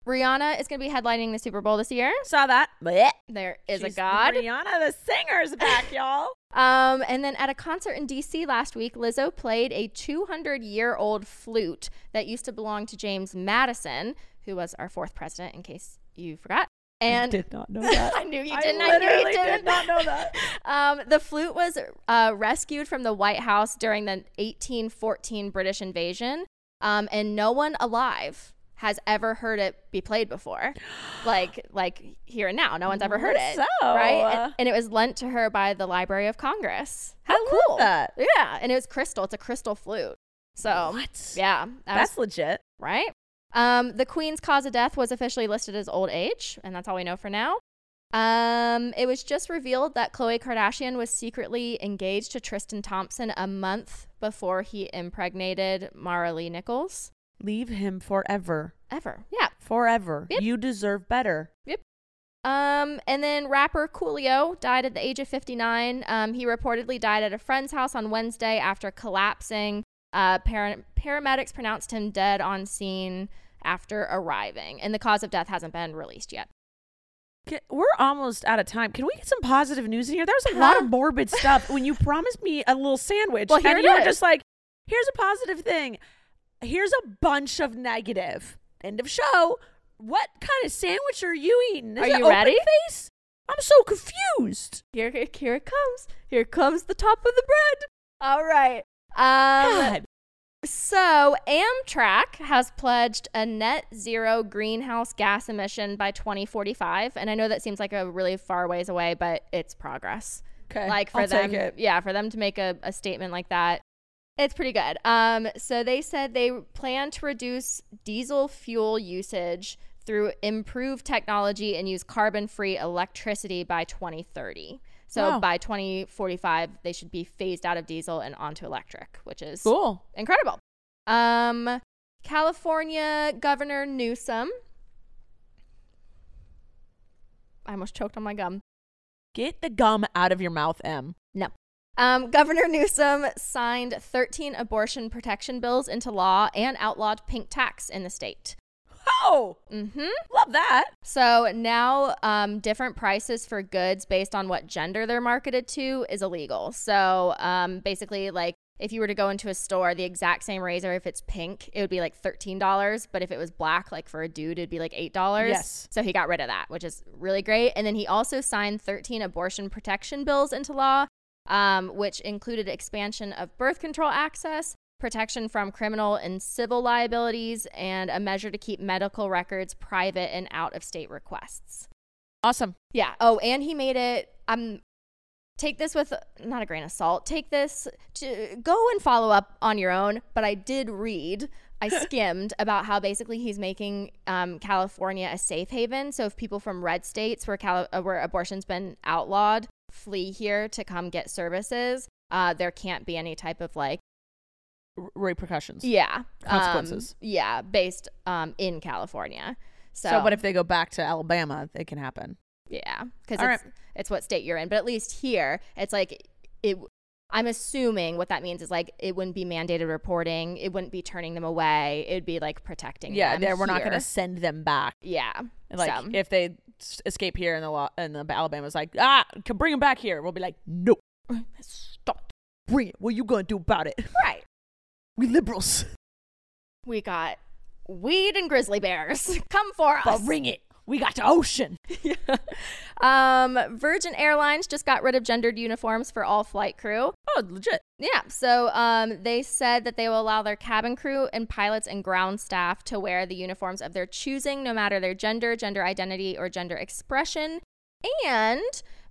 S3: Rihanna is going to be headlining the Super Bowl this year.
S2: Saw that. Blech.
S3: There is
S2: She's-
S3: a god.
S2: Rihanna the singer's back, y'all.
S3: Um, and then at a concert in DC last week, Lizzo played a 200 year old flute that used to belong to James Madison, who was our fourth president, in case you forgot. And
S2: did not know that.
S3: I knew you
S2: I
S3: didn't. I knew you
S2: literally
S3: didn't.
S2: did not know that.
S3: Um, the flute was uh, rescued from the White House during the 1814 British invasion, um, and no one alive has ever heard it be played before, like like here and now. No one's ever heard it,
S2: So,
S3: right?
S2: uh,
S3: And, and it was lent to her by the Library of Congress. How
S2: I
S3: cool
S2: love that.
S3: Yeah, and it was crystal. It's a crystal flute. So
S2: What?
S3: Yeah, that was-
S2: That's legit.
S3: right? Um, the queen's cause of death was officially listed as old age, and that's all we know for now. Um, it was just revealed that Khloe Kardashian was secretly engaged to Tristan Thompson a month before he impregnated Mara Lee Nichols.
S2: Leave him forever.
S3: Ever, yeah.
S2: Forever.
S3: Yep.
S2: You deserve better.
S3: Um, and then rapper Coolio died at the age of 59. Um, he reportedly died at a friend's house on Wednesday after collapsing. Uh, par- paramedics pronounced him dead on scene after arriving, and the cause of death hasn't been released yet.
S2: Ca- We're almost out of time. Can we get some positive news in here? There was a lot
S3: Huh?
S2: of morbid stuff when you promised me a little sandwich,
S3: Well, here
S2: and
S3: it
S2: you were
S3: is.
S2: just like, "Here's a positive thing. Here's a bunch of negative." End of show. What kind of sandwich are you eating? Is
S3: Are
S2: it
S3: you
S2: open
S3: ready?
S2: Face? I'm so confused.
S3: Here, here, here it comes. Here comes the top of the bread. All right. Um,
S2: God.
S3: so Amtrak has pledged a net zero greenhouse gas emission by 2045, and I know that seems like a really far ways away, but it's progress.
S2: Okay,
S3: Like for
S2: I'll
S3: them,
S2: take it.
S3: yeah, for them to make a, a statement like that, it's pretty good. Um, so they said they plan to reduce diesel fuel usage through improved technology and use carbon-free electricity by 2030. So
S2: Wow.
S3: by 2045, they should be phased out of diesel and onto electric, which is
S2: Cool.
S3: incredible. Um, California Governor Newsom. I almost choked on my gum.
S2: Get the gum out of your mouth, M.
S3: No. Um, Governor Newsom signed 13 abortion protection bills into law and outlawed pink tax in the state.
S2: Oh,
S3: hmm
S2: love that.
S3: So now, um, different prices for goods based on what gender they're marketed to is illegal. So um, basically, like if you were to go into a store, the exact same razor, if it's pink, it would be like thirteen dollars, but if it was black, like for a dude, it'd be like eight dollars.
S2: Yes.
S3: So he got rid of that, which is really great. And then he also signed thirteen abortion protection bills into law, um, which included expansion of birth control access, protection from criminal and civil liabilities, and a measure to keep medical records private and out of state requests.
S2: Awesome.
S3: Yeah. Oh, and he made it. Um, take this with not a grain of salt. Take this to go and follow up on your own. But I did read I skimmed about how basically he's making um, California a safe haven. So if people from red states where Cali- uh, where abortion's been outlawed flee here to come get services, uh, there can't be any type of like
S2: R- repercussions.
S3: yeah um,
S2: Consequences.
S3: yeah, based um, in California. So,
S2: So, but if they go back to Alabama, it can happen.
S3: Yeah, because
S2: All
S3: it's,
S2: right.
S3: it's what state you're in. But at least here, it's like it. I'm assuming what that means is like it wouldn't be mandated reporting. It wouldn't be turning them away. It'd be like protecting.
S2: Yeah,
S3: them
S2: there we're not going
S3: here.
S2: to send them back.
S3: Yeah,
S2: Like
S3: so.
S2: if they s- escape here and the law and the Alabama's like, ah, can bring them back here. We'll be like, no, stop, bring it. What you going to do about it?
S3: right.
S2: We liberals,
S3: We got weed and grizzly bears. Come for
S2: but
S3: us.
S2: ring it. We got the ocean.
S3: Um, Virgin Airlines just got rid of gendered uniforms for all flight crew.
S2: Oh, legit.
S3: Yeah, so um, they said that they will allow their cabin crew and pilots and ground staff to wear the uniforms of their choosing, no matter their gender, gender identity, or gender expression. And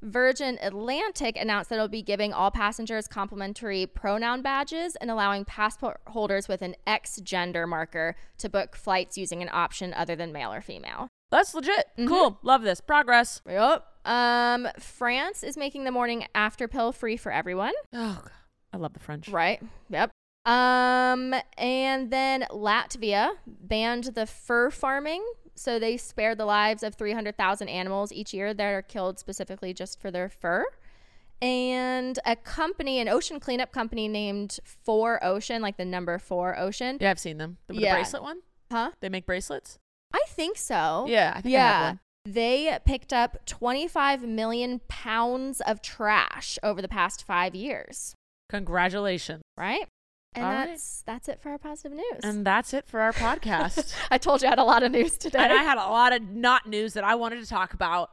S3: Virgin Atlantic announced that it'll be giving all passengers complimentary pronoun badges and allowing passport holders with an X gender marker to book flights using an option other than male or female.
S2: That's legit. Cool. Love this progress.
S3: Yep. Um, France is making the morning after pill free for everyone.
S2: Oh, God. I love the French.
S3: Right. Yep. Um, and then Latvia banned the fur farming. So they spared the lives of 300,000 animals each year that are killed specifically just for their fur. And a company, an ocean cleanup company named Four Ocean, like the number Four Ocean.
S2: Yeah, I've seen them. The, with the
S3: Yeah.
S2: bracelet one.
S3: Huh?
S2: They make bracelets.
S3: I think so.
S2: Oh. Yeah, I think I have one.
S3: They picked up 25 million pounds of trash over the past five years,
S2: Congratulations.
S3: right? And
S2: All right.
S3: that's that's it for our positive news.
S2: And that's it for our podcast.
S3: I told you I had a lot of news today.
S2: And I had a lot of not news that I wanted to talk about.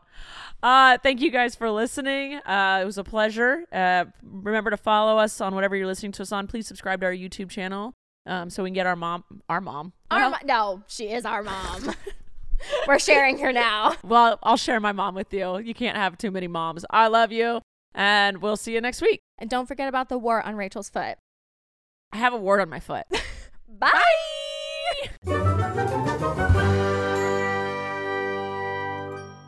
S2: Uh, thank you guys for listening. Uh, it was a pleasure. Uh, remember to follow us on whatever you're listening to us on. Please subscribe to our YouTube channel um, so we can get our mom, our mom.
S3: Our mo- no, she is our mom. We're sharing her now.
S2: Well, I'll share my mom with you. You can't have too many moms. I love you, and we'll see you next week.
S3: And don't forget about the wart on Rachel's foot.
S2: I have a wart on my foot.
S3: Bye.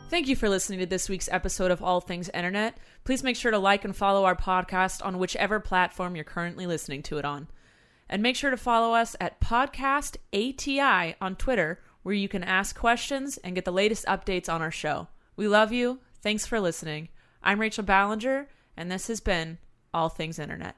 S6: Thank you for listening to this week's episode of All Things Internet. Please make sure to like and follow our podcast on whichever platform you're currently listening to it on. And make sure to follow us at Podcast ATI on Twitter, where you can ask questions and get the latest updates on our show. We love you. Thanks for listening. I'm Rachel Ballinger, and this has been All Things Internet.